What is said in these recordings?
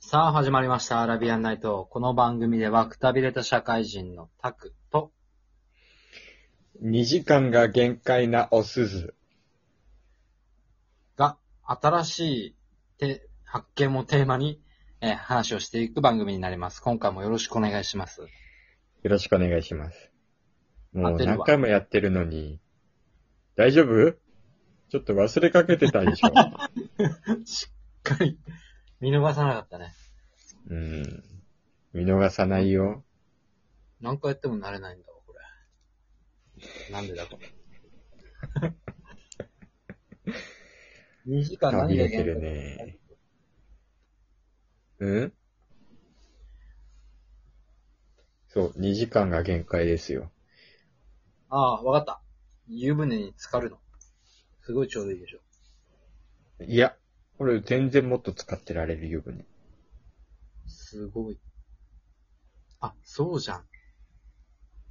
さあ、始まりました。アラビアンナイト。この番組では、くたびれた社会人のタクと、 2時間が限界なおすず。が、新しいて発見もテーマに、えー話をしていく番組になります。今回もよろしくお願いします。よろしくお願いします。も合うってるわ何回もやってるのに、大丈夫ちょっと忘れかけてたでし ょ。しっかり、見逃さなかったね。うん。見逃さないよ。何回やっても慣れないんだわ、これ。なんでだ、こ れ。2時間あ何びでれ限て界るね。うんそう、2時間が限界ですよ。ああ、わかった。湯船に浸かるの。すごいちょうどいいでしょ。いや、これ全然もっと使ってられるよ、ね。すごい。あ、そうじゃん。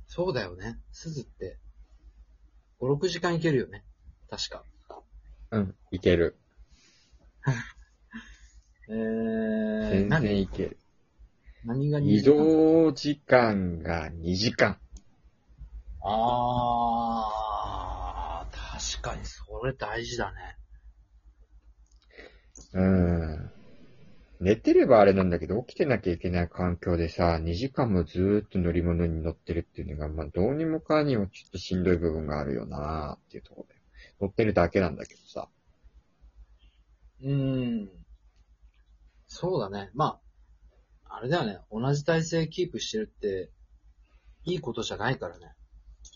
そうだよね。鈴って、5、6時間いけるよね。確か。うん、いける。えー、全然何いける。何が移動時間が2時間。あー、確かにそれ大事だね。うん。寝てればあれなんだけど、起きてなきゃいけない環境でさ、2時間もずーっと乗り物に乗ってるっていうのが、まあ、どうにもかにもちょっとしんどい部分があるよなーっていうところだよ。乗ってるだけなんだけどさ。うーん。そうだね。まあ、あれだよね。同じ体勢キープしてるって、いいことじゃないからね。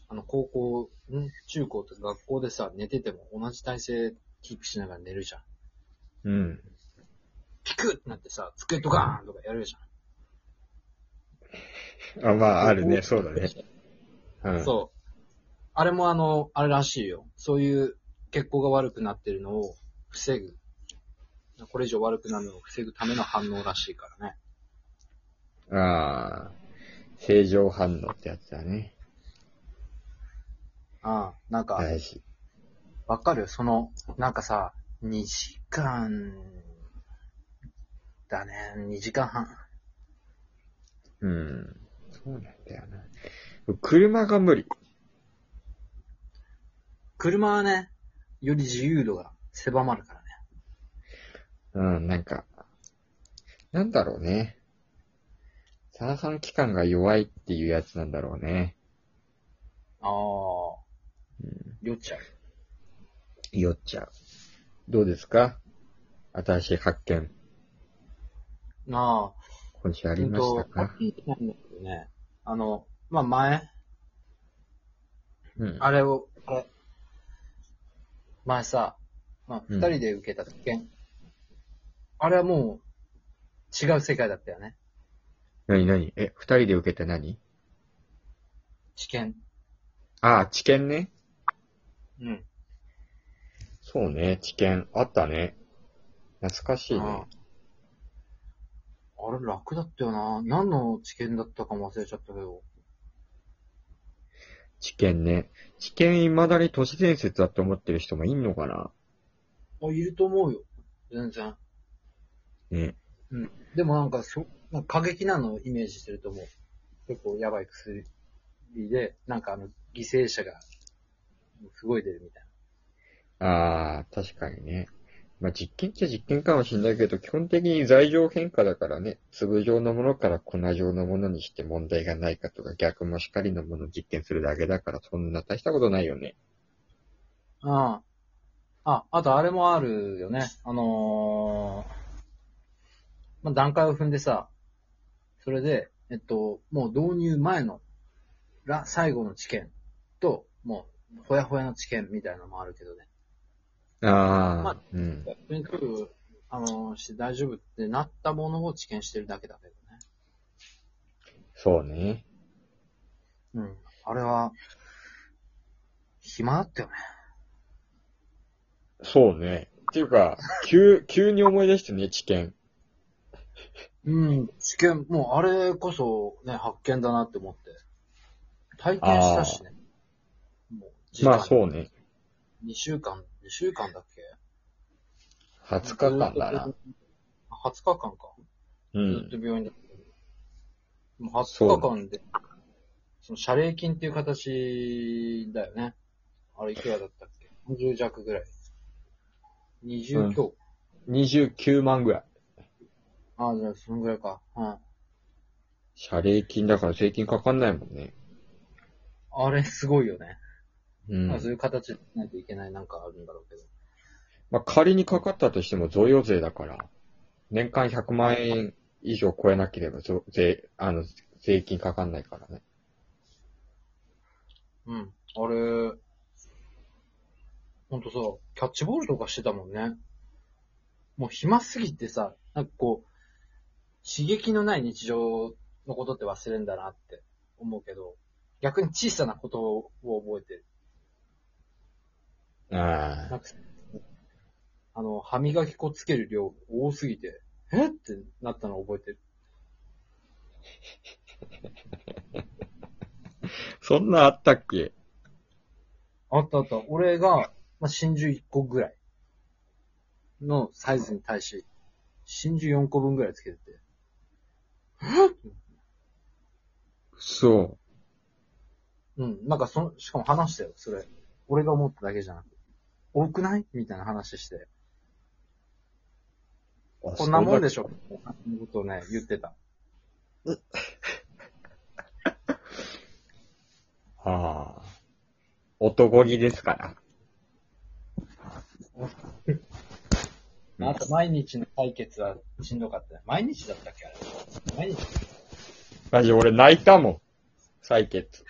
あの、高校、ん中高って学校でさ、寝てても同じ体勢キープしながら寝るじゃん。うん。ピクってなってさ、机とガーンとかやるじあ、まあ、あるおね、そうだね。うゃん。ん。そう。あれもあの、あれらしいよ。そういう血行が悪くなってるのを防ぐ。これ以上悪くなるのを防ぐための反応らしいからね。ああ、正常反応ってやつだね。ああ、なんか、大事。わかるその、なんかさ、2時間、だね、2時間半。うん。そうなんだよな。車が無理。車はね、より自由度が狭まるからね。うん、なんか、なんだろうね。三半規管が弱いっていうやつなんだろうね。ああ、酔っちゃう。酔っちゃう。どうですか新しい発見。なあ、今週ありましたほんとかさっき言ったんだけどね、あの、まあ、前、うん。あれを、あれ、前さ、まあ、二人で受けた試験、あれはもう、違う世界だったよね。なになにえ、二人で受けて何試験。ああ、知見ね。うん。そうね、知見。あったね。懐かしいね。うんあれ楽だったよな。何の知見だったかも忘れちゃったけど。知見ね。知見未だに都市伝説だと思ってる人もいんのかなあ、いると思うよ。全然。ね。でもなんか、そ、なんか過激なのをイメージしてると思う。結構やばい薬で、なんかあの、犠牲者が、すごい出るみたいああ、確かにね。まあ、実験っちゃ実験かもしれないけど、基本的に材料変化だからね、粒状のものから粉状のものにして問題がないかとか、逆もしかりのものを実験するだけだから、そんな大したことないよね。な。うん。あ、あとあれもあるよね。あのー、まあ、段階を踏んでさ、それで、えっと、もう導入前の、ら、最後の知見と、もう、ほやほやの知見みたいなのもあるけどね。あまあうん。とにかく、あのー、して大丈夫ってなったものを知見してるだけだけどね。そうね。うん。あれは、暇だったよね。そうね。っていうか、急、急に思い出してね、知見。うん。知見、もうあれこそね、発見だなって思って。体験したしね。もう、時間まあそうね。 2週間、2週間だっけ20日間だな。 20日間か。うずっんと。病院だった。もう20日間で、その謝礼金っていう形だよね。あれいくらだったっけ ?40 弱ぐらい。20強。 29万ぐらい。ああ、じゃあそのぐらいか。うん。謝礼金だから税金かかんないもんね。あれすごいよね。う。まあそうんいう形でないといけないなんかあるんだろうけど。まあ、仮にかかったとしても贈与税だから、年間100万円以上超えなければぞ税、あの、税金かかんないからね。うん。あれ、ほんとさ、キャッチボールとかしてたもんね。もう暇すぎてさ、なんかこう、刺激のない日常のことって忘れんだなって思うけど、逆に小さなことを覚えてる。あなあ。んか、あの、歯磨き粉つける量多すぎて、えってなったのを覚えてる。そんなあったっけあったあった。俺が、まあ、真珠1個ぐらいのサイズに対し、真珠4個分ぐらいつけてて。そうん。なんかその、しかも話したよ、それ。俺が思っただけじゃなくて。多くないみたいな話して。う。こんなもんでししょみたいなことをね、言ってた。ょ。ああ。男気ですから。うんあと、毎日の解決はしんどかったね。毎日だったっけあれ。毎日。マジ俺泣いたもん。採血。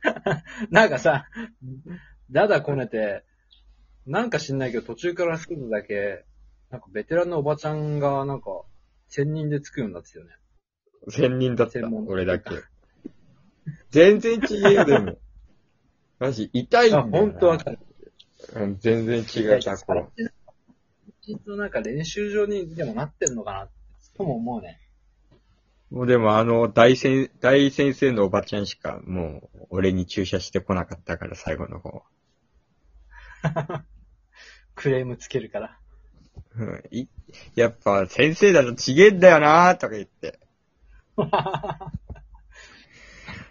なんかさ、だだこねて、なんか知んないけど途中から一つだけ、なんかベテランのおばちゃんが、なんか、専任でつくようになってたよね。専任だった専。門俺だけ。全然違えよ、で も。マジ、痛いんだあ、よな。ほんとわかる。うん全然違うた、これ。きっとなんか練習場にでもなってんのかな、とも思うね。もうでもあの、大先、大先生のおばちゃんしか、もう、俺に注射してこなかったから、最後の方は。クレームつけるから。うん、いやっぱ、先生だと違えんだよなーとか言って。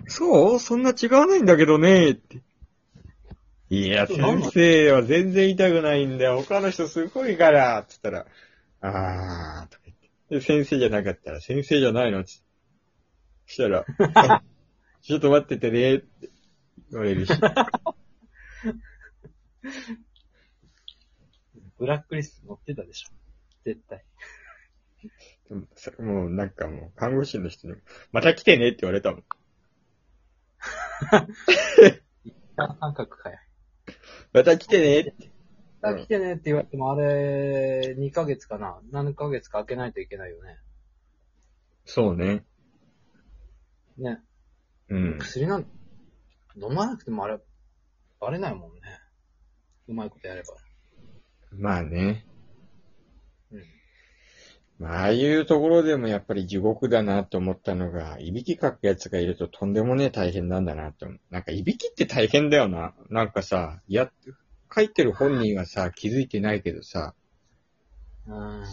そうそんな違わないんだけどねーって。いや、先生は全然痛くないんだよ。他の人すごいからって言ったら、あーとか言って。で、先生じゃなかったら、先生じゃないのって。そしたら、あちょっと待っててねーって言われるし。ブラックリスト載ってたでしょ。絶対。うんそもうなんかもう、看護師の人に、また来てねって言われたもん。感覚かよ。また来てねって。あ来てねって言われても、あれ、2ヶ月かな。何ヶ月か開けないといけないよね。そうね。ね。うん。薬なんて、飲まなくてもあれ、バレないもんね。うまいことやれば。まあね。うん。まあ、ああいうところでもやっぱり地獄だなと思ったのが、いびきかくやつがいるととんでもねえ大変なんだなと思う。なんかいびきって大変だよな。なんかさ、や、書いてる本人はさ、気づいてないけどさ、うーん。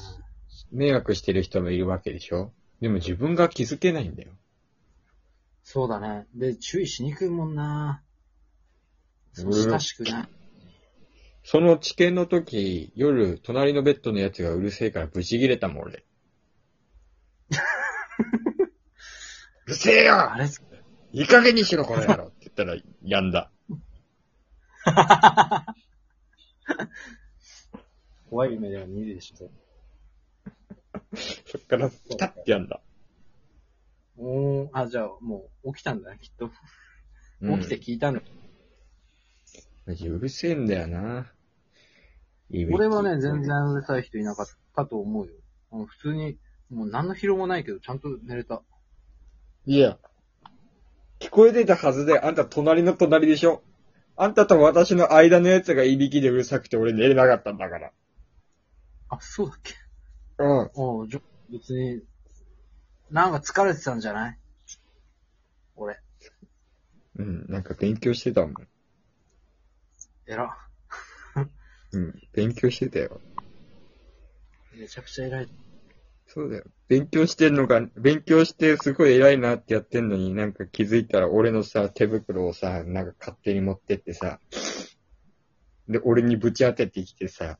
迷惑してる人もいるわけでしょでも自分が気づけないんだよ。そうだね。で、注意しにくいもんな。そう親しくない。その治験の時、夜、隣のベッドのやつがうるせえからブチ切れたもん、 俺。うるせえよあれ、いい加減にしろ、この野郎って言ったら、やんだ。怖い夢では見るでしょ。そっから、ピタッてやんだ。おー、あ、じゃあもう起きたんだね、きっと。起きて聞いたんだ。うん。うるせえんだよな。俺はね、全。然うるさい人いなかったと思うよ。あの普通に、もう何の疲労もないけど、ちゃんと寝れた。いや。聞こえてたはずで、あんた隣の隣でしょ。あんたと私の間のやつがいびきでうるさくて俺寝れなかったんだから。あ、そうだっけうん。おうじゃ、別に、なんか疲れてたんじゃない俺、うん、なんか勉強してたもん。偉。うん、勉強してたよ。めちゃくちゃ偉い。そうだよ。勉強してんのか、勉強してすごい偉いなってやってんのになんか気づいたら俺のさ、手袋をさ、なんか勝手に持ってってさ、で、俺にぶち当ててきてさ、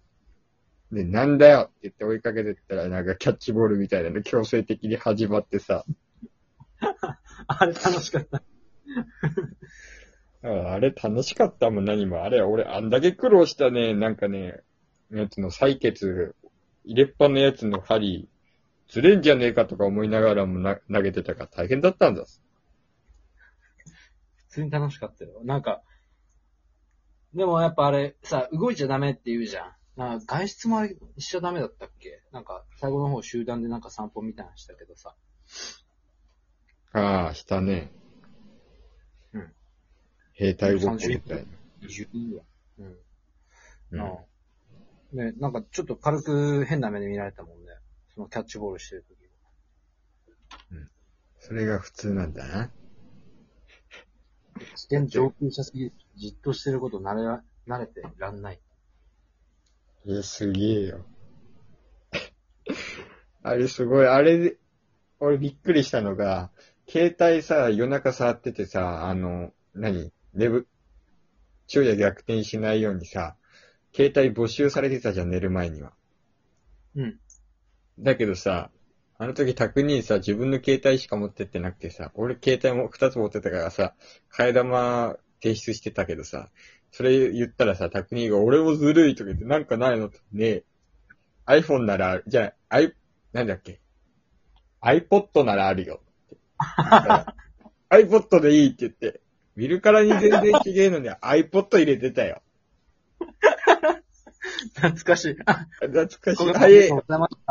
で、なんだよって言って追いかけてったらなんかキャッチボールみたいなの強制的に始まってさ、 あれ楽しかった。ああれ楽しかったもん、何も。あれ、俺、あんだけ苦労したね、なんかね、やつの採血、入れっぱのやつの針、ずれんじゃねえかとか思いながらもな投げてたから大変だったんだ。普通に楽しかったよ。なんか、でもやっぱあれさ、動いちゃダメって言うじゃん。なんか外出もあれしちゃダメだったっけなんか最後の方集団でなんか散歩みたいなのしたけどさ。ああ、したね。うん。兵隊ごっこみたい20人ぐらい。うん。な。うんうん。ね、なんかちょっと軽く変な目で見られたもんね。そのキャッチボールしてる時それが普通なんだな。危険上級者すぎる。じっとしてること慣れら、慣れてらんない。え、すげえよ。 あれすごい、あれで、俺びっくりしたのが、携帯さ、夜中触っててさ、あの、何寝ぶ、昼夜逆転しないようにさ、携帯募集されてたじゃん、寝る前には。うん。だけどさ、あの時拓にさ、自分の携帯しか持ってってなくてさ、俺携帯も2つ持ってたからさ、替え玉提出してたけどさ、それ言ったらさ、拓にが俺もずるいとか言って、なんかないのとねえ、iPhone なら、じゃあ、i、なんだっけ ?iPod ならあるよって。だから iPod でいいって言って、見るからに全然違えのに iPod 入れてたよ。懐かしい。懐かしごめい。んなはさいありがいとう。ございました